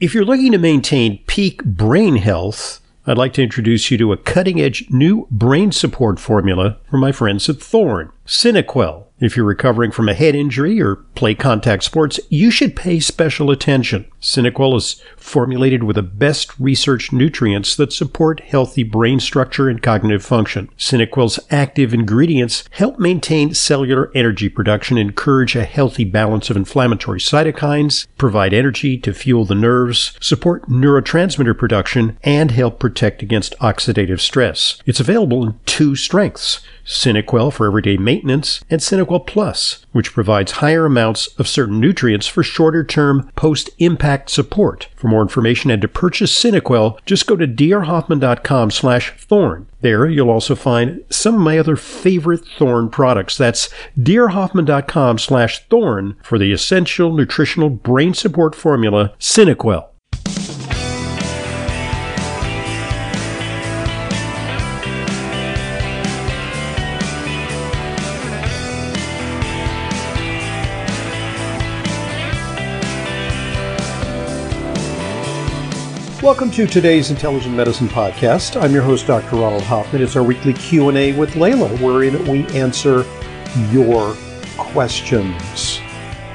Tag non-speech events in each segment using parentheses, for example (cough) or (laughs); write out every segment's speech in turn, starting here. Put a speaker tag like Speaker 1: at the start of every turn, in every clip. Speaker 1: If you're looking to maintain peak brain health, I'd like to introduce you to a cutting edge new brain support formula from my friends at Thorne, Cinequel. If you're recovering from a head injury or play contact sports, you should pay special attention. Cinequel is formulated with the best researched nutrients that support healthy brain structure and cognitive function. Cinequel's active ingredients help maintain cellular energy production, encourage a healthy balance of inflammatory cytokines, provide energy to fuel the nerves, support neurotransmitter production, and help protect against oxidative stress. It's available in two strengths. Cinequel for everyday maintenance, and Cinequel Plus, which provides higher amounts of certain nutrients for shorter term post impact support. For more information and to purchase Cinequel, just go to drhoffman.com slash thorn. There you'll also find some of my other favorite Thorn products. That's drhoffman.com slash thorn for the essential nutritional brain support formula, Cinequel. Welcome to today's Intelligent Medicine podcast. I'm your host, Dr. Ronald Hoffman. It's our weekly Q&A with Layla, wherein we answer your questions.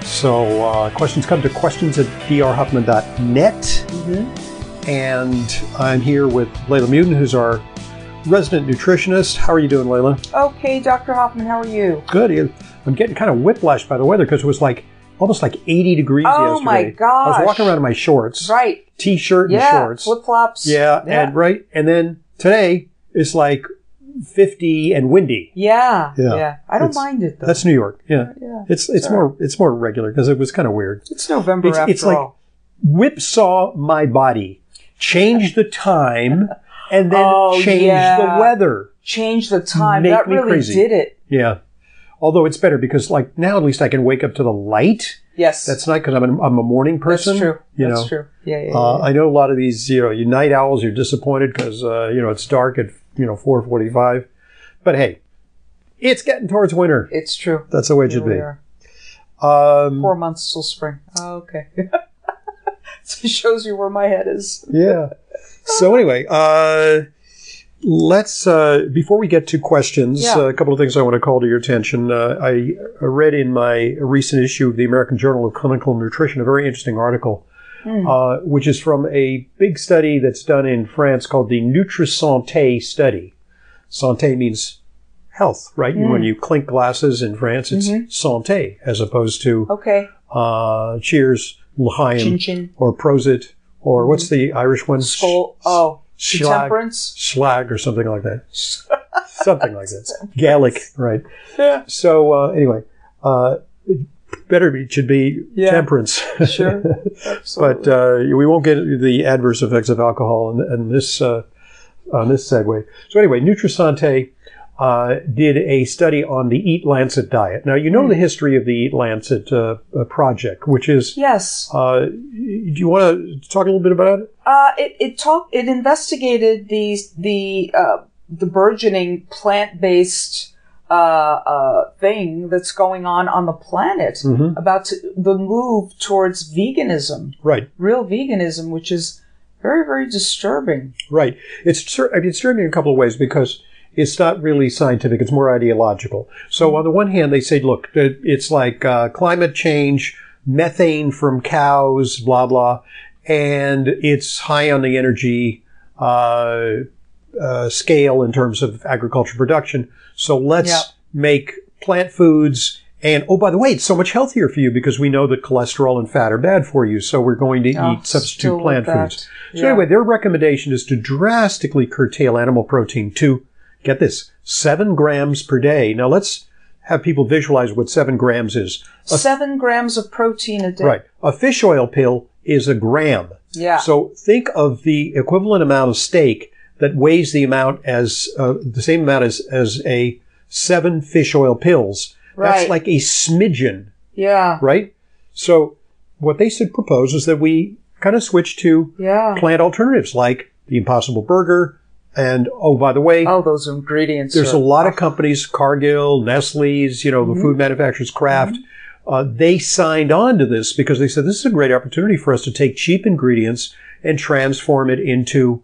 Speaker 1: So uh, questions come to questions at drhoffman.net.
Speaker 2: Mm-hmm.
Speaker 1: And I'm here with Layla Mutin, who's our resident nutritionist. How are you doing, Layla?
Speaker 2: Okay, Dr. Hoffman, how are you?
Speaker 1: Good. I'm getting kind of whiplash by the weather because it was like almost like 80 degrees
Speaker 2: Oh,
Speaker 1: yesterday.
Speaker 2: my
Speaker 1: I was
Speaker 2: gosh.
Speaker 1: walking around in my shorts,
Speaker 2: Right.
Speaker 1: t-shirt and
Speaker 2: Yeah.
Speaker 1: shorts.
Speaker 2: Flip flops.
Speaker 1: Yeah,
Speaker 2: Yeah.
Speaker 1: and right, and then today it's like fifty and windy.
Speaker 2: Yeah.
Speaker 1: Yeah.
Speaker 2: Yeah. I don't
Speaker 1: It's-
Speaker 2: mind it though.
Speaker 1: That's New York. Yeah,
Speaker 2: yeah.
Speaker 1: it's it's
Speaker 2: Sorry.
Speaker 1: more it's more regular because it was kind of weird.
Speaker 2: It's November
Speaker 1: It's-
Speaker 2: after
Speaker 1: it's like-
Speaker 2: all.
Speaker 1: Whipsaw my body, change the
Speaker 2: (laughs)
Speaker 1: time, and then
Speaker 2: Oh,
Speaker 1: change
Speaker 2: yeah.
Speaker 1: the weather.
Speaker 2: Change the time.
Speaker 1: Make
Speaker 2: that
Speaker 1: me
Speaker 2: really
Speaker 1: crazy.
Speaker 2: did it.
Speaker 1: Yeah. Although it's better because like now at least I can wake up to the light.
Speaker 2: Yes.
Speaker 1: That's not because I'm, an- I'm a morning person.
Speaker 2: That's true.
Speaker 1: You
Speaker 2: That's
Speaker 1: know.
Speaker 2: true. Yeah. Yeah.
Speaker 1: Uh,
Speaker 2: yeah.
Speaker 1: I know a lot of these, you know, you night owls, you're disappointed because, uh, you know, it's dark at, you know, 445. But hey, it's getting towards winter.
Speaker 2: it's true.
Speaker 1: That's the way it
Speaker 2: Here
Speaker 1: should
Speaker 2: we
Speaker 1: be.
Speaker 2: are.
Speaker 1: Um,
Speaker 2: Four months till spring. Oh, okay. (laughs) so it shows you where my head is.
Speaker 1: yeah. So anyway, uh, let's uh, before we get to questions,
Speaker 2: Yeah.
Speaker 1: uh, a couple of things I want to call to your attention. Uh, I read in my recent issue of the American Journal of Clinical Nutrition a very interesting article,
Speaker 2: Hmm.
Speaker 1: uh, which is from a big study that's done in France called the Nutrisante study. Santé means health, right?
Speaker 2: Mm.
Speaker 1: When you clink glasses in France, it's
Speaker 2: Mhm.
Speaker 1: santé as opposed to
Speaker 2: Okay.
Speaker 1: uh, cheers, l'chaim,
Speaker 2: Chin chin.
Speaker 1: or Prosit, or what's the Irish one?
Speaker 2: Skull. Oh.
Speaker 1: Schlag-
Speaker 2: Temperance.
Speaker 1: Schlag or something like that. (laughs) Something like that. Gaelic, right.
Speaker 2: Yeah.
Speaker 1: So, uh, anyway, uh, it better be, should be
Speaker 2: (laughs) Yeah.
Speaker 1: temperance. (laughs)
Speaker 2: Sure. Absolutely.
Speaker 1: but uh, we won't get the adverse effects of alcohol in, in this, uh, on this segue. So, anyway, Nutrisante uh, did a study on the Eat Lancet diet. Now, you know the history of the Eat Lancet uh, uh, project, which is.
Speaker 2: yes.
Speaker 1: Uh, do you want to talk a little bit about it?
Speaker 2: Uh, it it talked it investigated the the uh, the burgeoning plant based uh, uh, thing that's going on on the planet
Speaker 1: Mm-hmm.
Speaker 2: about to, the move towards veganism,
Speaker 1: Right.
Speaker 2: real veganism, which is very very disturbing.
Speaker 1: Right. It's cer- I mean, it's disturbing in a couple of ways because it's not really scientific. It's more ideological. So on the one hand, they say, look, it- it's like uh, climate change, methane from cows, blah blah, and it's high on the energy uh, uh, scale in terms of agriculture production. So let's
Speaker 2: Yeah.
Speaker 1: make plant foods. And oh, by the way, it's so much healthier for you because we know that cholesterol and fat are bad for you. So we're going to
Speaker 2: Oh,
Speaker 1: eat substitute
Speaker 2: still
Speaker 1: plant
Speaker 2: with that.
Speaker 1: foods. So
Speaker 2: Yeah.
Speaker 1: anyway, their recommendation is to drastically curtail animal protein to get this seven grams per day. Now let's have people visualize what seven grams is.
Speaker 2: seven grams of protein a day.
Speaker 1: Right. A fish oil pill is a gram.
Speaker 2: Yeah.
Speaker 1: So think of the equivalent amount of steak that weighs the amount as uh, the same amount as as a seven fish oil pills. That's
Speaker 2: Right.
Speaker 1: like a smidgen
Speaker 2: yeah.
Speaker 1: right? So what they should propose is that we kind of switch to
Speaker 2: Yeah.
Speaker 1: plant alternatives like the Impossible Burger. And oh, by the way,
Speaker 2: Oh, those ingredients.
Speaker 1: there's
Speaker 2: are-
Speaker 1: a lot of companies, Cargill, Nestle's, you know, the food manufacturers, Kraft, uh, they signed on to this because they said this is a great opportunity for us to take cheap ingredients and transform it into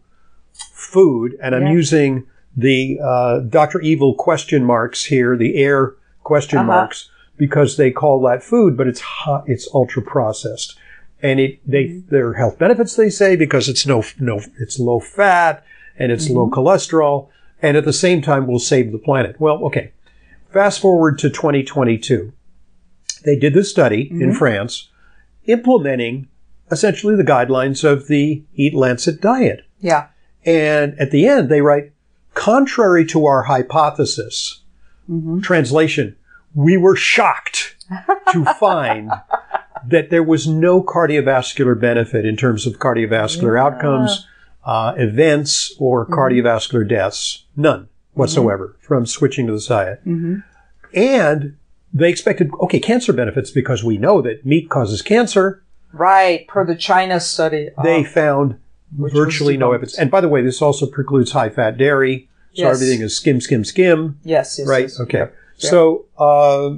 Speaker 1: food. And I'm
Speaker 2: Yeah.
Speaker 1: using the uh, Dr. Evil question marks here, the air question
Speaker 2: Uh-huh.
Speaker 1: marks, because they call that food, but it's hot, it's ultra processed. And it, they,
Speaker 2: Mm-hmm.
Speaker 1: there are health benefits, they say, because it's no, no, it's low fat and it's low
Speaker 2: Mm-hmm.
Speaker 1: cholesterol. And at the same time, will save the planet. Well, okay. Fast forward to 2022. They did this study
Speaker 2: Mm-hmm.
Speaker 1: in France implementing essentially the guidelines of the Eat Lancet diet.
Speaker 2: Yeah.
Speaker 1: And at the end, they write, contrary to our hypothesis,
Speaker 2: Mm-hmm.
Speaker 1: translation, we were shocked to find that there was no cardiovascular benefit in terms of cardiovascular outcomes, uh, events, or cardiovascular deaths. None whatsoever from switching to this diet.
Speaker 2: Mm-hmm.
Speaker 1: And they expected, okay, cancer benefits because we know that meat causes cancer.
Speaker 2: Right. Per the China study. Uh,
Speaker 1: They found
Speaker 2: which
Speaker 1: virtually
Speaker 2: was
Speaker 1: no
Speaker 2: debunked.
Speaker 1: evidence. And by the way, this also precludes high fat dairy. So
Speaker 2: Yes.
Speaker 1: everything is skim, skim, skim.
Speaker 2: Yes. yes
Speaker 1: right?
Speaker 2: yes.
Speaker 1: Okay.
Speaker 2: Yep.
Speaker 1: So uh,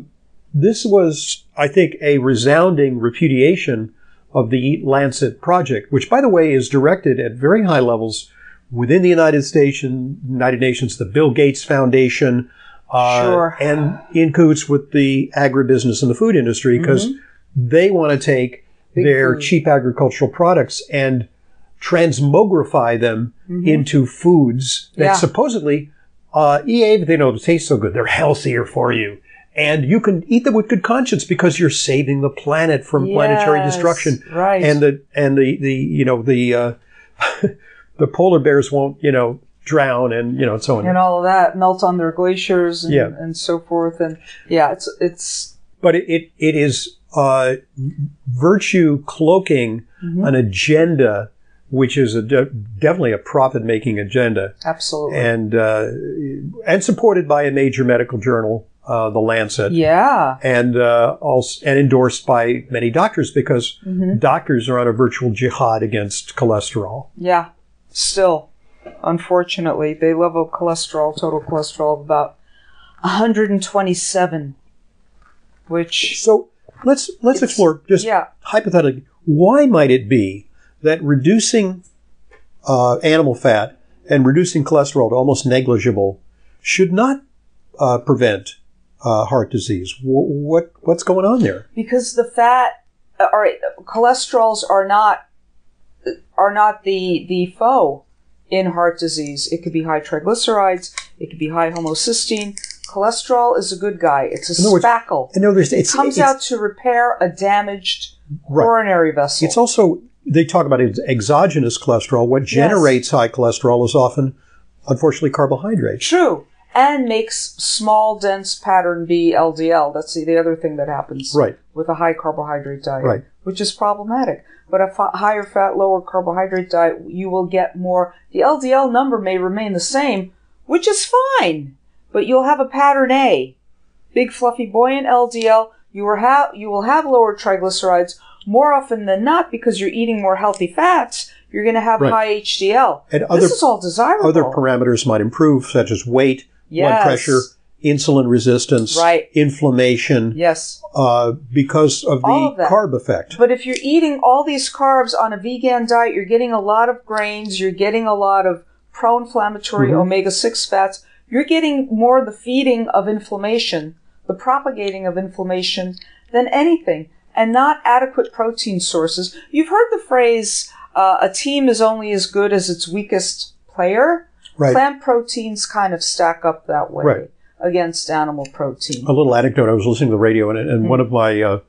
Speaker 1: this was, I think, a resounding repudiation of the Eat Lancet project, which, by the way, is directed at very high levels within the United States, United Nations, the Bill Gates Foundation, uh,
Speaker 2: Sure.
Speaker 1: and in coots with the agribusiness and the food industry because they want to take
Speaker 2: Mm-hmm. Big
Speaker 1: their
Speaker 2: food.
Speaker 1: cheap agricultural products and transmogrify them into foods that
Speaker 2: Mm-hmm. Yeah.
Speaker 1: supposedly uh, EA, but they don't taste so good. They're healthier for you. And you can eat them with good conscience because you're saving the planet from planetary
Speaker 2: Yes,
Speaker 1: destruction.
Speaker 2: Right.
Speaker 1: And the, and the, the, you know, the, uh, (laughs) the polar bears won't, you know, drown and, you know, and so on.
Speaker 2: and all of that melt on their glaciers and,
Speaker 1: Yeah.
Speaker 2: and so forth. And yeah, it's it's
Speaker 1: but it, it, it is uh, virtue cloaking
Speaker 2: Mm-hmm.
Speaker 1: an agenda, which is a de- definitely a profit making agenda,
Speaker 2: absolutely.
Speaker 1: and uh, and supported by a major medical journal, uh, the Lancet,
Speaker 2: yeah.
Speaker 1: and uh, also and endorsed by many doctors because
Speaker 2: Mm-hmm.
Speaker 1: doctors are on a virtual jihad against cholesterol.
Speaker 2: Yeah. Still, unfortunately, they level cholesterol, total cholesterol of about 127, which
Speaker 1: So let's let's
Speaker 2: It's-
Speaker 1: explore just
Speaker 2: yeah.
Speaker 1: hypothetically why might it be that reducing uh, animal fat and reducing cholesterol to almost negligible should not uh, prevent uh, heart disease? Wh- what what's going on there?
Speaker 2: because the fat, uh, all right, cholesterols are not are not the the foe in heart disease. It could be high triglycerides, it could be high homocysteine. Cholesterol is a good guy. It's a
Speaker 1: In other words,
Speaker 2: spackle.
Speaker 1: And no, there's, it's,
Speaker 2: comes
Speaker 1: it's,
Speaker 2: out to repair a damaged
Speaker 1: Right.
Speaker 2: coronary vessel.
Speaker 1: It's also they talk about ex- exogenous cholesterol. What generates high cholesterol is often, unfortunately, carbohydrates.
Speaker 2: True. And makes small, dense pattern B LDL. That's the, the other thing that happens
Speaker 1: Right.
Speaker 2: with a high carbohydrate diet,
Speaker 1: Right.
Speaker 2: which is problematic. But a fa- higher fat, lower carbohydrate diet, you will get more. The LDL number may remain the same, which is fine, but you'll have a pattern A. Big, fluffy, buoyant LDL. You will have, you will have lower triglycerides more often than not because you're eating more healthy fats. You're going to have
Speaker 1: Right.
Speaker 2: high HDL.
Speaker 1: And
Speaker 2: this
Speaker 1: other-
Speaker 2: is all desirable.
Speaker 1: Other parameters might improve, such as weight, blood
Speaker 2: Yes.
Speaker 1: pressure, insulin resistance,
Speaker 2: Right.
Speaker 1: inflammation,
Speaker 2: yes.
Speaker 1: uh, because of
Speaker 2: All
Speaker 1: the
Speaker 2: of that.
Speaker 1: carb effect.
Speaker 2: But if you're eating all these carbs on a vegan diet, you're getting a lot of grains, you're getting a lot of pro inflammatory
Speaker 1: Mm-hmm.
Speaker 2: omega 6 fats, you're getting more of the feeding of inflammation, the propagating of inflammation than anything, and not adequate protein sources. You've heard the phrase, uh, a team is only as good as its weakest player.
Speaker 1: Right.
Speaker 2: Plant proteins kind of stack up that way
Speaker 1: Right. Oh,
Speaker 2: against animal protein.
Speaker 1: a little anecdote. I was listening to the radio, and, and one of my uh,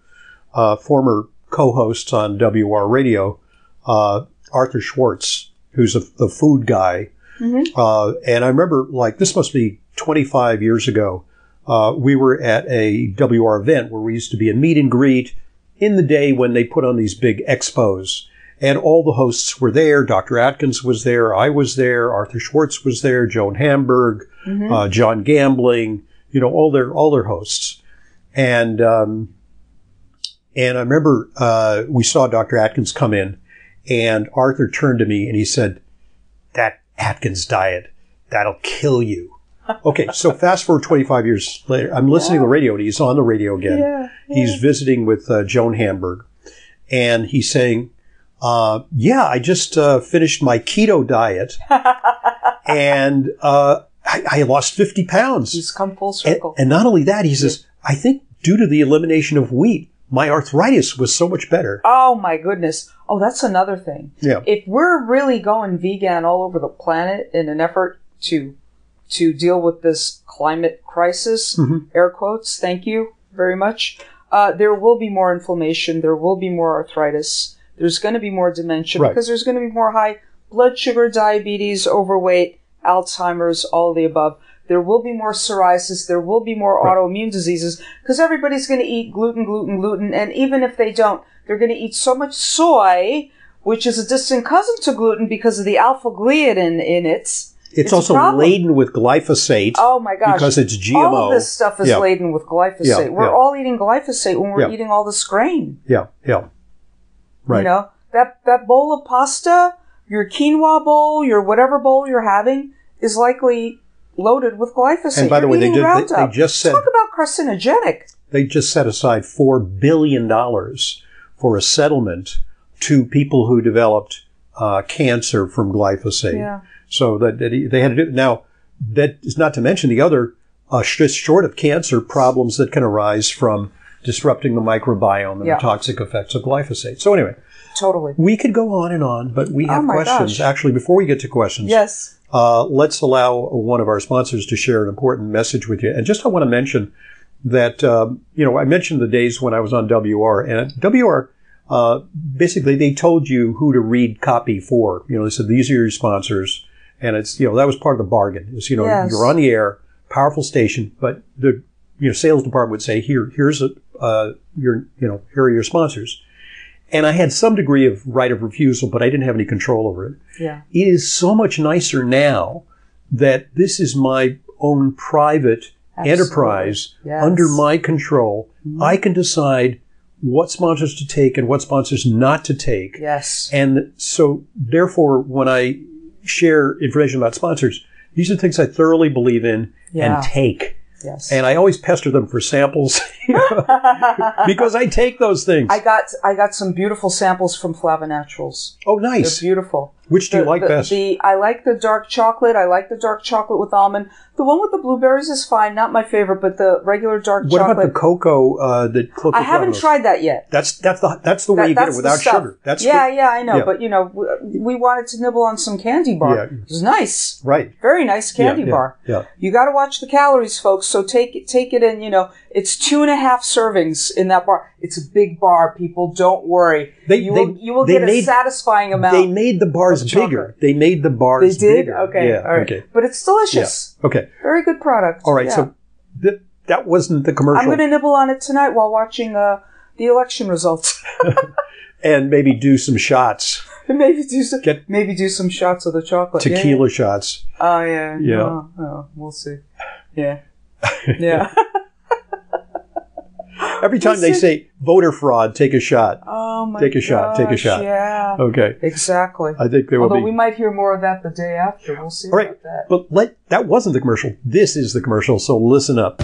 Speaker 1: uh, former co-hosts on WR Radio, uh, Arthur Schwartz, who's a, the food guy, uh, and I remember like this must be 25 years ago. Uh, we were at a WR event where we used to be a meet and greet in the day when they put on these big expos. And all the hosts were there. Dr. Atkins was there. I was there. Arthur Schwartz was there. Joan Hamburg,
Speaker 2: Mm-hmm.
Speaker 1: uh, John Gambling, you know, all their, all their hosts. And, um, and I remember, uh, we saw Dr. Atkins come in and Arthur turned to me and he said, that Atkins diet, that'll kill you. Okay, so fast forward 25 years later, I'm listening to the radio and he's on the radio again.
Speaker 2: Yeah,
Speaker 1: He's visiting with uh, Joan Hamburg and he's saying, uh, Yeah, I just uh, finished my keto
Speaker 2: (laughs)
Speaker 1: diet and uh, I, I lost 50 pounds.
Speaker 2: He's come full
Speaker 1: And,
Speaker 2: circle.
Speaker 1: and not only that, he says, I think due to the elimination of wheat, my arthritis was so much better.
Speaker 2: oh my goodness. Oh, that's another thing.
Speaker 1: Yeah.
Speaker 2: If we're really going vegan all over the planet in an effort to to deal with this climate crisis,
Speaker 1: Mm-hmm.
Speaker 2: air quotes, thank you very much, uh, there will be more inflammation. There will be more arthritis. There's going to be more dementia
Speaker 1: Right.
Speaker 2: because there's going to be more high blood sugar, diabetes, overweight, Alzheimer's, all of the above. There will be more psoriasis. There will be more autoimmune diseases because everybody's going to eat gluten, gluten, gluten. And even if they don't, they're going to eat so much soy, which is a distant cousin to gluten because of the alpha gliadin in it.
Speaker 1: It's,
Speaker 2: a
Speaker 1: also
Speaker 2: problem.
Speaker 1: laden with glyphosate.
Speaker 2: Oh my gosh.
Speaker 1: because it's
Speaker 2: All
Speaker 1: GMO.
Speaker 2: of this stuff is
Speaker 1: Yeah.
Speaker 2: laden with glyphosate.
Speaker 1: Yeah,
Speaker 2: We're
Speaker 1: yeah.
Speaker 2: all eating glyphosate when we're
Speaker 1: Yeah.
Speaker 2: eating all this grain.
Speaker 1: Yeah, yeah. Right.
Speaker 2: You know, that, that bowl of pasta, your quinoa bowl, your whatever bowl you're having is likely loaded with glyphosate.
Speaker 1: And by the
Speaker 2: You're
Speaker 1: way, they
Speaker 2: eating
Speaker 1: did- they- they
Speaker 2: Roundup.
Speaker 1: just said-
Speaker 2: Talk about carcinogenic.
Speaker 1: They just set aside four billion dollars for a settlement to people who developed uh, cancer from glyphosate.
Speaker 2: Yeah.
Speaker 1: So that, that they had to do now. That is not to mention the other uh, sh- just short of cancer problems that can arise from disrupting the microbiome and
Speaker 2: Yeah.
Speaker 1: the toxic effects of glyphosate. So anyway,
Speaker 2: Totally.
Speaker 1: we could go on and on, but we
Speaker 2: Oh
Speaker 1: have
Speaker 2: my
Speaker 1: questions.
Speaker 2: gosh.
Speaker 1: Actually, before we get to questions,
Speaker 2: Yes.
Speaker 1: uh, let's allow one of our sponsors to share an important message with you. And just I want to mention that, um, you know, I mentioned the days when I was on WR, and at WR, uh, basically they told you who to read copy for. You know, they said, these are your sponsors. And it's, you know, that was part of the bargain. Is, you know,
Speaker 2: Yes.
Speaker 1: you're on the air, powerful station, but the, you know, sales department would say, here, here's a, uh, your, you know, here are your sponsors. And I had some degree of right of refusal, but I didn't have any control over it
Speaker 2: Yeah.
Speaker 1: it is so much nicer now that this is my own private
Speaker 2: Absolutely.
Speaker 1: enterprise
Speaker 2: Yes. Mm-hmm.
Speaker 1: under my control. I can decide what sponsors to take and what sponsors not to take.
Speaker 2: Yes.
Speaker 1: And so, therefore, when I share information about sponsors, these are things I thoroughly believe in
Speaker 2: Yeah.
Speaker 1: and take.
Speaker 2: yes. (laughs)
Speaker 1: And I always pester them for samples (laughs) because I take those things.
Speaker 2: I got I got some beautiful samples from Flava Naturals.
Speaker 1: oh,
Speaker 2: They're
Speaker 1: nice.
Speaker 2: beautiful.
Speaker 1: Which do you
Speaker 2: The-
Speaker 1: like
Speaker 2: the-
Speaker 1: best?
Speaker 2: The I like the dark chocolate. I like the dark chocolate with almond. The one with the blueberries is fine, not my favorite, but the regular dark
Speaker 1: what
Speaker 2: chocolate.
Speaker 1: about the cocoa uh, that Coco
Speaker 2: I haven't
Speaker 1: Flavanos?
Speaker 2: tried that yet.
Speaker 1: That's that's the that's the
Speaker 2: That-
Speaker 1: way you get
Speaker 2: that's
Speaker 1: it
Speaker 2: the
Speaker 1: without
Speaker 2: stuff.
Speaker 1: sugar. That's
Speaker 2: yeah,
Speaker 1: the-
Speaker 2: yeah, I know.
Speaker 1: yeah.
Speaker 2: But you know, we, we wanted to nibble on some candy bar.
Speaker 1: Yeah.
Speaker 2: It was nice,
Speaker 1: right.
Speaker 2: very nice candy
Speaker 1: yeah, yeah,
Speaker 2: bar.
Speaker 1: Yeah,
Speaker 2: You got to watch the calories, folks. So take it, take it in. You know, it's two and a half servings in that bar. It's a big bar, people. Don't worry.
Speaker 1: They-
Speaker 2: you
Speaker 1: they-
Speaker 2: will, you will
Speaker 1: they
Speaker 2: get a
Speaker 1: made-
Speaker 2: satisfying amount.
Speaker 1: they made the bars
Speaker 2: of Uh, chocolate.
Speaker 1: bigger. They made the
Speaker 2: They
Speaker 1: bars.
Speaker 2: did.
Speaker 1: Bigger.
Speaker 2: Okay.
Speaker 1: Yeah.
Speaker 2: All right.
Speaker 1: Okay.
Speaker 2: But it's
Speaker 1: Yeah.
Speaker 2: delicious.
Speaker 1: Okay.
Speaker 2: Very good product.
Speaker 1: All right.
Speaker 2: Yeah.
Speaker 1: So th- that wasn't the
Speaker 2: I'm
Speaker 1: commercial,
Speaker 2: going to nibble on it tonight while watching uh, the election results. (laughs)
Speaker 1: and maybe do some shots,
Speaker 2: maybe do some
Speaker 1: Get-
Speaker 2: maybe do some shots of the chocolate. Yeah,
Speaker 1: tequila shots.
Speaker 2: yeah. Oh yeah.
Speaker 1: Yeah.
Speaker 2: Oh, oh, we'll see.
Speaker 1: (laughs)
Speaker 2: Yeah. Yeah.
Speaker 1: Every time they
Speaker 2: Listen.
Speaker 1: say voter fraud, take a shot.
Speaker 2: oh my.
Speaker 1: Take a shot, take a
Speaker 2: gosh,
Speaker 1: shot.
Speaker 2: Yeah.
Speaker 1: Okay.
Speaker 2: Exactly.
Speaker 1: I think there will
Speaker 2: Although
Speaker 1: be.
Speaker 2: we might hear more of that the day after. We'll see
Speaker 1: All right.
Speaker 2: about that.
Speaker 1: But let that wasn't the commercial. This is the commercial. So listen up.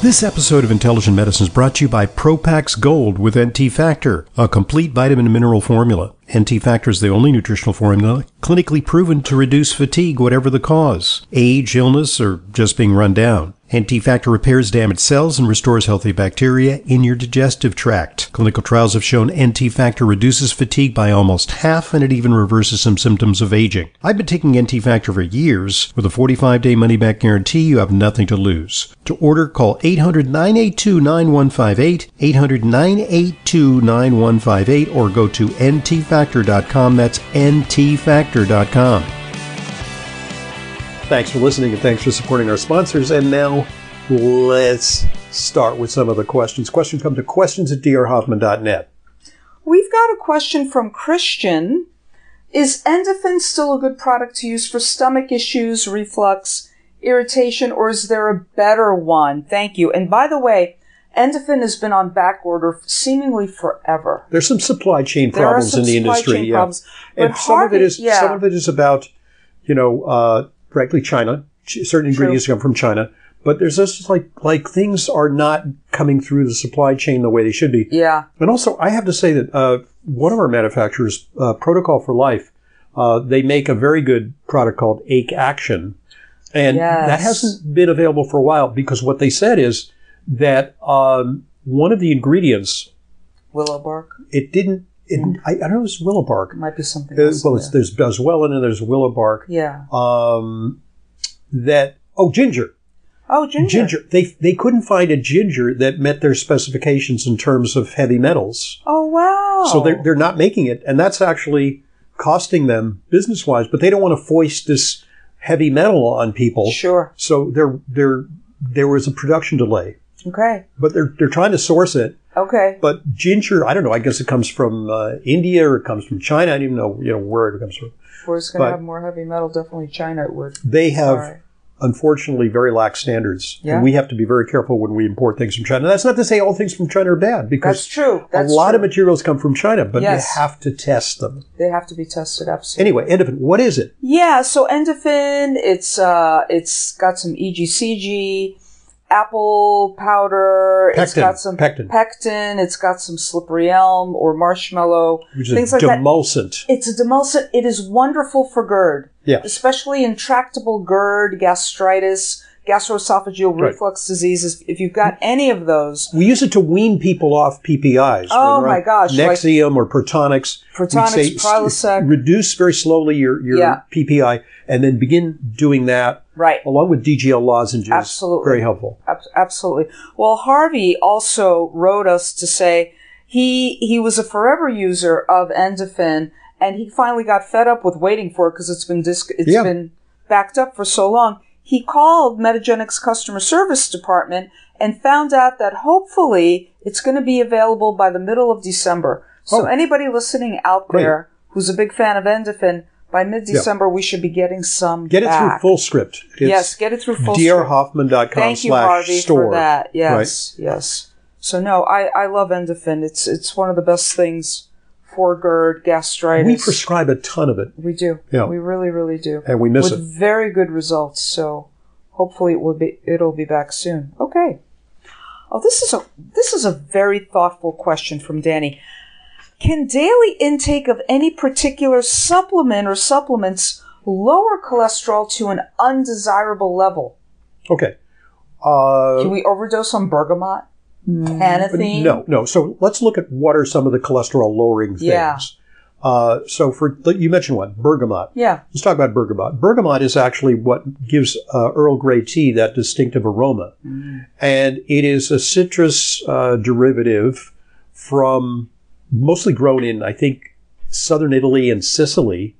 Speaker 1: This episode of Intelligent Medicine is brought to you by Propax Gold with NT Factor, a complete vitamin and mineral formula. NT Factor is the only nutritional formula clinically proven to reduce fatigue, whatever the cause age, illness, or just being run down. NT Factor repairs damaged cells and restores healthy bacteria in your digestive tract. Clinical trials have shown NT Factor reduces fatigue by almost half and it even reverses some symptoms of aging. I've been taking NT Factor for years. With a 45 day money back guarantee, you have nothing to lose. To order, call 800 982 9158, 800 982 9158, or go to ntfactor.com. That's ntfactor.com. Thanks for listening and thanks for supporting our sponsors. And now let's start with some of the questions. Questions come to questions at drhoffman.net.
Speaker 2: We've got a question from Christian. Is Endofin still a good product to use for stomach issues, reflux, irritation, or is there a better one? Thank you. And by the way, Endofin has been on back order seemingly forever.
Speaker 1: There's some supply chain
Speaker 2: There are
Speaker 1: problems
Speaker 2: some
Speaker 1: in the
Speaker 2: supply
Speaker 1: industry.
Speaker 2: chain
Speaker 1: yeah.
Speaker 2: problems,
Speaker 1: and
Speaker 2: but
Speaker 1: some of it
Speaker 2: Harvey-
Speaker 1: is
Speaker 2: yeah.
Speaker 1: some of it is about, you know, uh, frankly China. certain ingredients come from China, but there's just like like things are not coming through the supply chain the way they should be.
Speaker 2: Yeah.
Speaker 1: And also, I have to say that uh, one of our manufacturers, uh, Protocol for Life, uh, they make a very good product called Ache Action, and
Speaker 2: Yes.
Speaker 1: that hasn't been available for a while because what they said is that um, one of the ingredients
Speaker 2: Willow bark.
Speaker 1: it didn't. It, I, I don't know. It was willow bark.
Speaker 2: It might be something
Speaker 1: Uh,
Speaker 2: else.
Speaker 1: well,
Speaker 2: in
Speaker 1: it's,
Speaker 2: there.
Speaker 1: there's Boswellia and there's willow bark.
Speaker 2: yeah.
Speaker 1: Um, that oh ginger.
Speaker 2: Oh, ginger.
Speaker 1: Ginger. They they couldn't find a ginger that met their specifications in terms of heavy metals.
Speaker 2: Oh, wow.
Speaker 1: So they're they're not making it, and that's actually costing them business wise. But they don't want to foist this heavy metal on people.
Speaker 2: Sure.
Speaker 1: So there there there was a production delay,
Speaker 2: Okay.
Speaker 1: but they're they're trying to source it.
Speaker 2: Okay.
Speaker 1: But ginger, I don't know. I guess it comes from uh, India or it comes from China. I don't even know you know where it comes from.
Speaker 2: We're just going
Speaker 1: But-
Speaker 2: to have more heavy metal. Definitely China it would.
Speaker 1: They have.
Speaker 2: All right.
Speaker 1: unfortunately very lax standards.
Speaker 2: Yeah.
Speaker 1: And we have to be very careful when we import things from China. That's not to say all things from China are bad
Speaker 2: That's
Speaker 1: because
Speaker 2: true.
Speaker 1: a
Speaker 2: That's
Speaker 1: lot
Speaker 2: true.
Speaker 1: of materials come from China, but
Speaker 2: Yes.
Speaker 1: you have to test them.
Speaker 2: They have to be tested absolutely.
Speaker 1: Anyway, Endofin, what is it?
Speaker 2: Yeah, so Endofin, it's uh, it's got some E EGCG, apple powder, it's
Speaker 1: Pectin,
Speaker 2: got some
Speaker 1: pectin.
Speaker 2: pectin, it's got some slippery elm or marshmallow,
Speaker 1: Which is
Speaker 2: things
Speaker 1: a
Speaker 2: like that.
Speaker 1: demulcent.
Speaker 2: It's a demulcent. It is wonderful for GERD,
Speaker 1: Yeah.
Speaker 2: especially intractable GERD, gastritis, gastroesophageal
Speaker 1: Right.
Speaker 2: reflux diseases. If you've got any of those,
Speaker 1: We use it to wean people off PPIs.
Speaker 2: Oh,
Speaker 1: when they're on
Speaker 2: my gosh, like-
Speaker 1: Nexium or Protonics. We'd
Speaker 2: Protonics,
Speaker 1: say, s-
Speaker 2: Prilosec.
Speaker 1: Reduce very slowly your, your
Speaker 2: Yeah.
Speaker 1: PPI and then begin doing that
Speaker 2: right?
Speaker 1: along with DGL lozenges.
Speaker 2: Absolutely.
Speaker 1: Very helpful.
Speaker 2: Ab- absolutely. Well, Harvey also wrote us to say he he was a forever user of Endofin, and he finally got fed up with waiting for it because it's been disc- it's
Speaker 1: Yeah.
Speaker 2: been backed up for so long. He called Metagenics customer service department and found out that hopefully it's going to be available by the middle of December. So
Speaker 1: Oh.
Speaker 2: anybody listening out
Speaker 1: Great.
Speaker 2: there who's a big fan of Endofin, by mid-December we should be getting some.
Speaker 1: Get it through
Speaker 2: back.
Speaker 1: full script.
Speaker 2: yes, get it through full. script.
Speaker 1: drhoffman.com
Speaker 2: Thank you,
Speaker 1: slash
Speaker 2: Harvey,
Speaker 1: store.
Speaker 2: for that. Yes, yes. So no, I, I love Endofin. It's it's one of the best things for GERD, gastritis.
Speaker 1: We prescribe a ton of it,
Speaker 2: We do.
Speaker 1: Yeah.
Speaker 2: We really, really do.
Speaker 1: and we miss
Speaker 2: With
Speaker 1: it.
Speaker 2: very good results. So hopefully it will be it'll be back soon. Okay. Oh, this is a this is a very thoughtful question from Danny. Can daily intake of any particular supplement or supplements lower cholesterol to an undesirable level?
Speaker 1: Okay. Uh,
Speaker 2: Can we overdose on bergamot? Panathene?
Speaker 1: no, no. So let's look at what are some of the cholesterol lowering things.
Speaker 2: Yeah.
Speaker 1: Uh, so for you mentioned one, bergamot.
Speaker 2: Yeah.
Speaker 1: Let's talk about bergamot. Bergamot is actually what gives uh, Earl Grey tea that distinctive aroma, and it is a citrus uh, derivative from mostly grown in I think southern Italy and Sicily,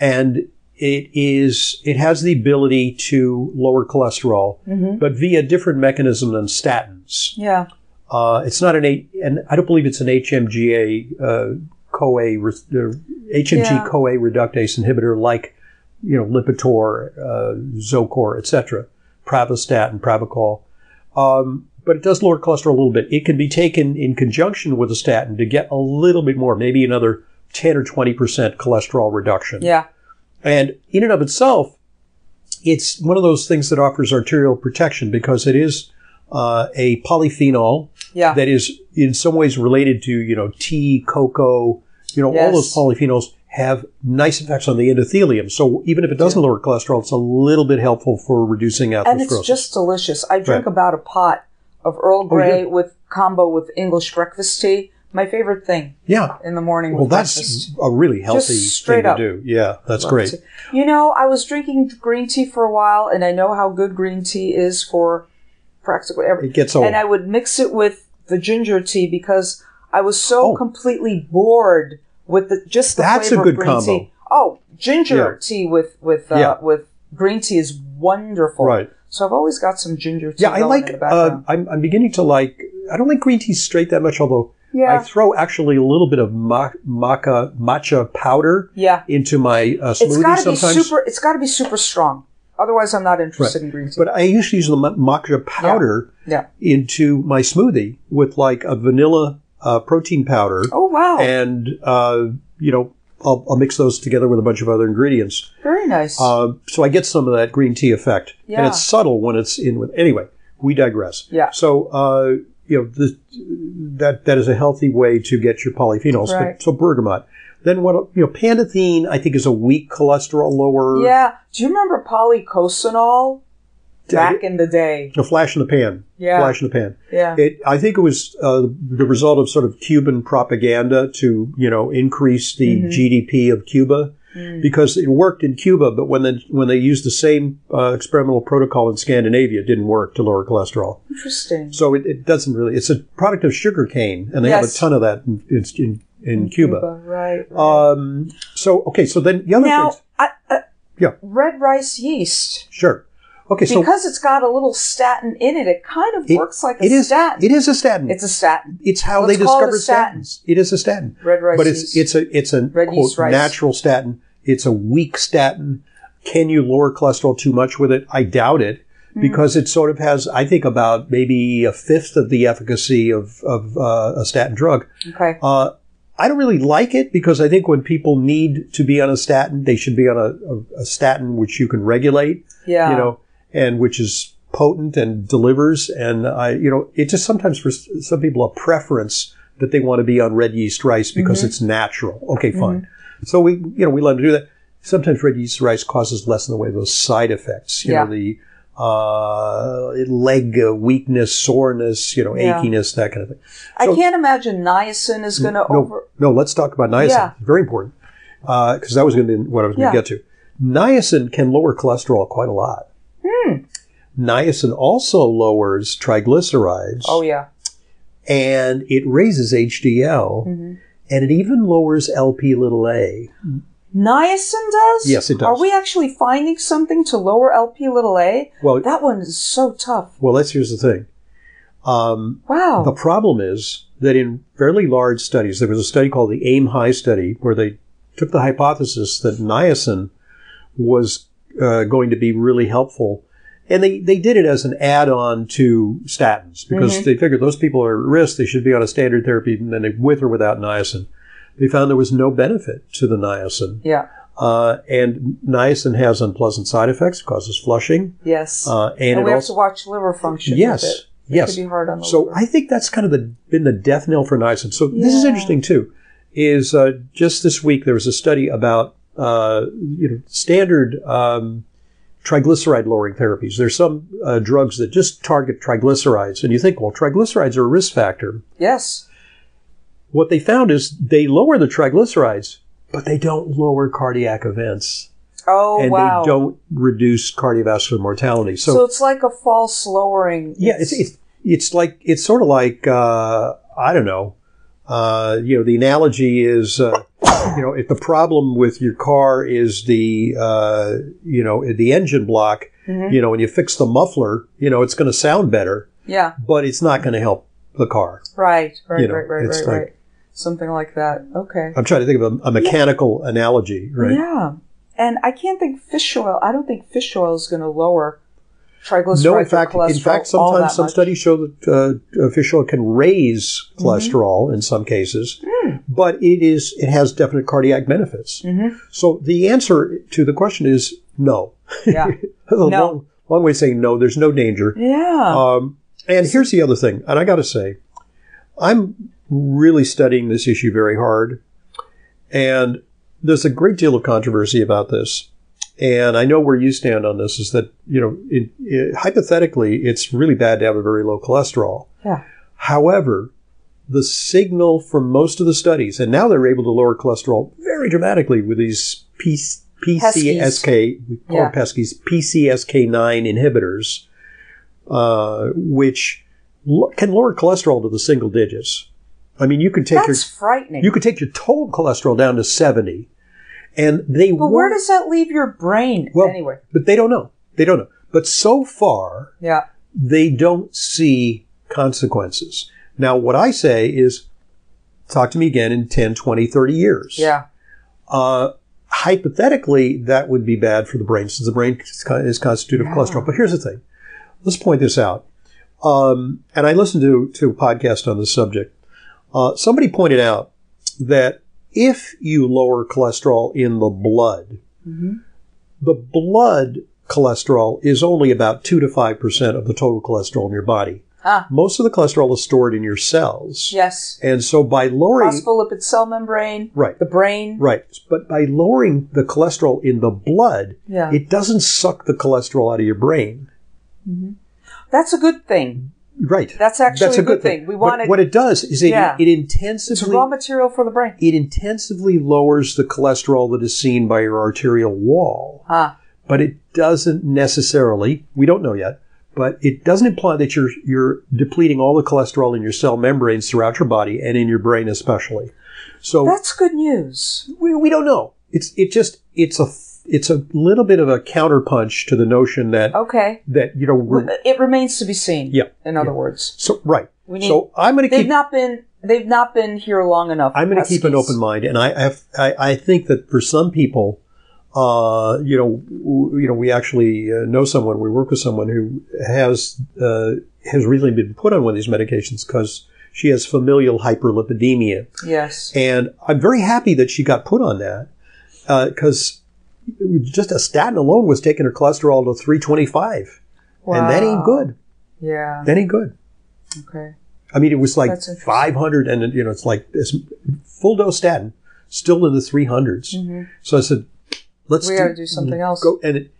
Speaker 1: and it is it has the ability to lower cholesterol, but via a different mechanism than statins.
Speaker 2: Yeah.
Speaker 1: Uh, it's not an eight, and I don't believe it's an HMGA uh, CoA re- uh, HMG
Speaker 2: Yeah.
Speaker 1: CoA reductase inhibitor like you know Lipitor, uh, Zocor, etc. Pravastatin, Pravacol. Um, but it does lower cholesterol a little bit. It can be taken in conjunction with a statin to get a little bit more, maybe another 10 or 20% cholesterol reduction.
Speaker 2: Yeah.
Speaker 1: And in and of itself, it's one of those things that offers arterial protection because it is uh, a polyphenol
Speaker 2: Yeah.
Speaker 1: that is in some ways related to you know tea, cocoa, you know all
Speaker 2: Yes.
Speaker 1: those polyphenols have nice effects on the endothelium. So even if it doesn't lower cholesterol, it's a little bit helpful for reducing
Speaker 2: and it's
Speaker 1: atherosclerosis.
Speaker 2: just delicious. I drink
Speaker 1: Right.
Speaker 2: about a pot of Earl
Speaker 1: Oh, you
Speaker 2: Grey
Speaker 1: do?
Speaker 2: with combo with English breakfast tea. My favorite thing
Speaker 1: yeah.
Speaker 2: in the morning
Speaker 1: Well,
Speaker 2: with
Speaker 1: that's
Speaker 2: breakfast.
Speaker 1: a really healthy thing
Speaker 2: straight
Speaker 1: to
Speaker 2: up.
Speaker 1: do. Yeah, that's
Speaker 2: Love
Speaker 1: great.
Speaker 2: tea. You know, I was drinking green tea for a while, and I know how good green tea is for practically everything.
Speaker 1: It gets old.
Speaker 2: And I would mix it with the ginger tea because I was so
Speaker 1: Oh.
Speaker 2: completely bored with the just the
Speaker 1: That's a
Speaker 2: flavor
Speaker 1: good
Speaker 2: of green
Speaker 1: combo.
Speaker 2: tea. Oh, ginger
Speaker 1: Yeah.
Speaker 2: tea with with uh,
Speaker 1: Yeah.
Speaker 2: with green tea is wonderful.
Speaker 1: Right.
Speaker 2: So I've always got some ginger tea.
Speaker 1: Yeah, I
Speaker 2: going
Speaker 1: like.
Speaker 2: In the
Speaker 1: Uh,
Speaker 2: background.
Speaker 1: I'm, I'm beginning to like. I don't like green tea straight that much, although
Speaker 2: yeah.
Speaker 1: I throw actually a little bit of ma- maca matcha powder
Speaker 2: yeah.
Speaker 1: into my uh,
Speaker 2: It's
Speaker 1: smoothie
Speaker 2: got to be
Speaker 1: sometimes.
Speaker 2: super. It's got to be super strong. Otherwise, I'm not interested in green tea.
Speaker 1: But I usually use the ma- matcha powder
Speaker 2: yeah.
Speaker 1: into my smoothie with like a vanilla uh, protein powder
Speaker 2: Oh wow.
Speaker 1: and uh, you know I'll, I'll mix those together with a bunch of other ingredients.
Speaker 2: Very nice.
Speaker 1: Uh, so I get some of that green tea effect, and
Speaker 2: Yeah.
Speaker 1: it's subtle when it's in with. Anyway, we digress.
Speaker 2: Yeah.
Speaker 1: So uh, you know the, that that is a healthy way to get your polyphenols. But-
Speaker 2: Right.
Speaker 1: so bergamot. Then what? You know, pantothene I think is a weak cholesterol lower.
Speaker 2: yeah. Do you remember polycosanol back in the day?
Speaker 1: A flash in the pan.
Speaker 2: Yeah.
Speaker 1: Flash in the pan.
Speaker 2: Yeah.
Speaker 1: It, I think it was uh, the result of sort of Cuban propaganda to, you know, increase the
Speaker 2: Mm-hmm.
Speaker 1: GDP of Cuba
Speaker 2: Mm.
Speaker 1: because it worked in Cuba, but when they, when they used the same uh, experimental protocol in Scandinavia, it didn't work to lower cholesterol.
Speaker 2: Interesting.
Speaker 1: So it, it doesn't really, it's a product of sugar cane, and they have a
Speaker 2: Yes.
Speaker 1: ton of that in, in, in, in Cuba.
Speaker 2: Right. right.
Speaker 1: Um, so, okay, so then the other
Speaker 2: now,
Speaker 1: things.
Speaker 2: I, uh,
Speaker 1: Yeah.
Speaker 2: red rice yeast.
Speaker 1: Sure. Okay, so
Speaker 2: Because it's got a little statin in it, it kind of
Speaker 1: it-
Speaker 2: works like a
Speaker 1: it is,
Speaker 2: statin.
Speaker 1: It is a statin.
Speaker 2: It's a statin.
Speaker 1: It's how
Speaker 2: Let's
Speaker 1: they
Speaker 2: call it a
Speaker 1: discovered
Speaker 2: statin.
Speaker 1: statins. It is a statin.
Speaker 2: Red rice
Speaker 1: But it's
Speaker 2: yeast.
Speaker 1: it's a it's a
Speaker 2: Red
Speaker 1: quote,
Speaker 2: yeast rice.
Speaker 1: natural statin. It's a weak statin. Can you lower cholesterol too much with it? I doubt it
Speaker 2: Hmm.
Speaker 1: because it sort of has I think about maybe a fifth of the efficacy of of uh, a statin drug.
Speaker 2: Okay.
Speaker 1: Uh, I don't really like it because I think when people need to be on a statin, they should be on a, a, a statin which you can regulate
Speaker 2: Yeah.
Speaker 1: you know, and which is potent and delivers. And I, you know, it just sometimes for s- some people a preference that they want to be on red yeast rice because
Speaker 2: Mm-hmm.
Speaker 1: it's natural. Okay, fine. So we, you know, we let them do that. Sometimes red yeast rice causes less in the way of those side effects. You know, the uh, leg uh, weakness, soreness, you know,
Speaker 2: Yeah.
Speaker 1: achiness, that kind of thing.
Speaker 2: I can't imagine niacin is going to
Speaker 1: No,
Speaker 2: over.
Speaker 1: no, let's talk about niacin.
Speaker 2: Yeah.
Speaker 1: Very important because that was going to be what I was going to
Speaker 2: Yeah.
Speaker 1: get to. Niacin can lower cholesterol quite a lot.
Speaker 2: Hmm.
Speaker 1: Niacin also lowers triglycerides
Speaker 2: Oh yeah. Mm-hmm.
Speaker 1: and it raises HDL and it even lowers LP little a.
Speaker 2: Niacin does.
Speaker 1: Yes, it does.
Speaker 2: Are we actually finding something to lower LP little a?
Speaker 1: Well,
Speaker 2: That one is so tough.
Speaker 1: well, let's here's the thing. Um,
Speaker 2: Wow.
Speaker 1: The problem is that in fairly large studies, there was a study called the AIM High study where they took the hypothesis that niacin was uh, going to be really helpful. And they, they did it as an add on to statins because
Speaker 2: Mm-hmm.
Speaker 1: they figured those people are at risk. They should be on a standard therapy and then they, with or without niacin. They found there was no benefit to the niacin.
Speaker 2: yeah.
Speaker 1: Uh, and niacin has unpleasant side effects, causes flushing.
Speaker 2: Yes.
Speaker 1: Uh, and
Speaker 2: and
Speaker 1: it
Speaker 2: we have
Speaker 1: also,
Speaker 2: to watch liver function.
Speaker 1: yes,
Speaker 2: With it.
Speaker 1: yes.
Speaker 2: It could be hard on the
Speaker 1: So
Speaker 2: liver.
Speaker 1: I think that's kind of the been the death knell for niacin. So this is
Speaker 2: Yeah.
Speaker 1: interesting too. Is uh, just this week there was a study about uh, you know standard um, triglyceride lowering therapies. There's some uh, drugs that just target triglycerides, and you think, well, triglycerides are a risk factor.
Speaker 2: yes.
Speaker 1: What they found is they lower the triglycerides, but they don't lower cardiac events,
Speaker 2: Oh
Speaker 1: and
Speaker 2: wow.
Speaker 1: they don't reduce cardiovascular mortality.
Speaker 2: so, it's like a false lowering.
Speaker 1: Yeah, it's it's, it's like it's sort of like uh, I don't know. Uh, you know, the analogy is uh, you know if the problem with your car is the uh, you know the engine block, you know, and you fix the muffler, you know, it's going to sound better,
Speaker 2: yeah.
Speaker 1: but it's not going to help the car.
Speaker 2: Right. Right.
Speaker 1: You know,
Speaker 2: right. Right.
Speaker 1: it's
Speaker 2: Right.
Speaker 1: like-
Speaker 2: right. Something like that. Okay.
Speaker 1: I'm trying to think of a, a mechanical analogy, right?
Speaker 2: Yeah. And I can't think fish oil. I don't think fish oil is going to lower triglycerides
Speaker 1: No, in
Speaker 2: or
Speaker 1: fact,
Speaker 2: cholesterol.
Speaker 1: in fact,
Speaker 2: all that
Speaker 1: sometimes some
Speaker 2: much. Mm-hmm.
Speaker 1: studies show that uh, fish oil can raise cholesterol in some cases,
Speaker 2: Hmm.
Speaker 1: but it is it has definite cardiac benefits.
Speaker 2: Mm-hmm.
Speaker 1: So the answer to the question is no. (laughs)
Speaker 2: Yeah.
Speaker 1: That's a
Speaker 2: No.
Speaker 1: long, long way of saying no. There's no danger.
Speaker 2: Yeah.
Speaker 1: Um, and here's the other thing, and I got to say, I'm really studying this issue very hard, and there's a great deal of controversy about this. And I know where you stand on this is that you know, it, it, hypothetically, it's really bad to have a very low cholesterol.
Speaker 2: Yeah.
Speaker 1: However, the signal from most of the studies, and now they're able to lower cholesterol very dramatically with these P- PCSK, we call
Speaker 2: Yeah.
Speaker 1: them Pesky's PCSK9 inhibitors uh, which lo- can lower cholesterol to the single digits. I mean, you can take
Speaker 2: That's frightening.
Speaker 1: your you could take your total cholesterol down to seventy, and they
Speaker 2: but where
Speaker 1: won't-
Speaker 2: does that leave your brain
Speaker 1: well,
Speaker 2: anyway?
Speaker 1: But they don't know. They don't know. But so far,
Speaker 2: Yeah.
Speaker 1: they don't see consequences. Now, what I say is, talk to me again in 10, 20, 30 years.
Speaker 2: Yeah.
Speaker 1: Uh, hypothetically, that would be bad for the brain since the brain is con- is constituted of cholesterol. But here's the thing. Let's point this out. Um, and I listened to, to a podcast on this subject. Uh, somebody pointed out that if you lower cholesterol in the blood,
Speaker 2: Mhm.
Speaker 1: the blood cholesterol is only about 2 to 5% of the total cholesterol in your body.
Speaker 2: Ah,
Speaker 1: Most of the cholesterol is stored in your cells.
Speaker 2: yes.
Speaker 1: And so by lowering
Speaker 2: Phospholipid cell membrane,
Speaker 1: right
Speaker 2: the brain.
Speaker 1: right but by lowering the cholesterol in the blood
Speaker 2: Yeah.
Speaker 1: it doesn't suck the cholesterol out of your brain
Speaker 2: That's a good thing.
Speaker 1: right
Speaker 2: That's actually
Speaker 1: that's a good thing,
Speaker 2: We
Speaker 1: What-
Speaker 2: want
Speaker 1: what,
Speaker 2: it.
Speaker 1: it does is it
Speaker 2: Yeah.
Speaker 1: it
Speaker 2: it's
Speaker 1: intensively
Speaker 2: raw material for the brain.
Speaker 1: it intensively lowers the cholesterol that is seen by your arterial wall
Speaker 2: Ah,
Speaker 1: but it doesn't necessarily we don't know yet but it doesn't imply that you're you're depleting all the cholesterol in your cell membranes throughout your body and in your brain especially so
Speaker 2: that's good news.
Speaker 1: we, we don't know. It's it just it's a it's a little bit of a counterpunch to the notion that
Speaker 2: Okay.
Speaker 1: that you know we're,
Speaker 2: It remains to be seen.
Speaker 1: Yeah.
Speaker 2: In other
Speaker 1: Yeah.
Speaker 2: words,
Speaker 1: so right.
Speaker 2: We need-
Speaker 1: So I'm going to
Speaker 2: they've
Speaker 1: keep
Speaker 2: not been they've not been here long enough.
Speaker 1: I'm going to keep an
Speaker 2: Huskies.
Speaker 1: open mind, and I I have, I, I think that for some people, uh, you know, w- you know, we actually uh, know someone, we work with someone who has uh, has recently been put on one of these medications because she has familial hyperlipidemia.
Speaker 2: Yes.
Speaker 1: And I'm very happy that she got put on that because just a statin alone was taking her cholesterol to 325. And that ain't
Speaker 2: Wow.
Speaker 1: good.
Speaker 2: Yeah.
Speaker 1: That ain't good.
Speaker 2: Okay.
Speaker 1: I mean, it was like
Speaker 2: That's interesting.
Speaker 1: 500, and you know, it's like this full dose statin, still in the 300s.
Speaker 2: Mhm.
Speaker 1: So I said, let's Mm-hmm.
Speaker 2: We gotta do something else.
Speaker 1: Go, and it,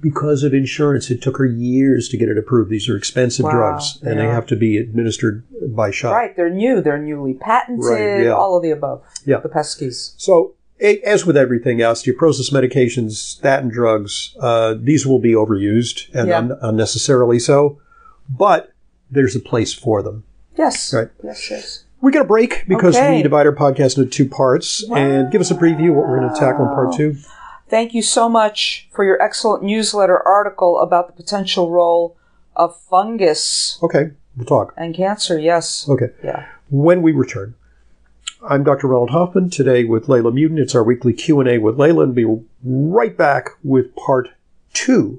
Speaker 1: because of insurance, it took her years to get it approved. These are expensive
Speaker 2: Wow,
Speaker 1: drugs, and they
Speaker 2: yeah.
Speaker 1: have to be administered by shot.
Speaker 2: Right. They're new. They're newly patented.
Speaker 1: Right, yeah.
Speaker 2: All of the above.
Speaker 1: Yeah.
Speaker 2: The peskies.
Speaker 1: So, a- as with everything else, osteoporosis medications, statin drugs, uh, these will be overused and
Speaker 2: Yeah.
Speaker 1: un- unnecessarily so, but there's a place for them.
Speaker 2: Yes.
Speaker 1: Right.
Speaker 2: Yes. Yes.
Speaker 1: We got a break because we
Speaker 2: Okay.
Speaker 1: divide our podcast into two parts and give us a preview what we're going to tackle in part two.
Speaker 2: Thank you so much for your excellent newsletter article about the potential role of fungus
Speaker 1: Okay, we'll talk.
Speaker 2: and cancer. Yes.
Speaker 1: Okay,
Speaker 2: Yeah.
Speaker 1: when we return. I'm Dr. Ronald Hoffman today with Layla Mutin. It's our weekly Q&A with Layla and be right back with part two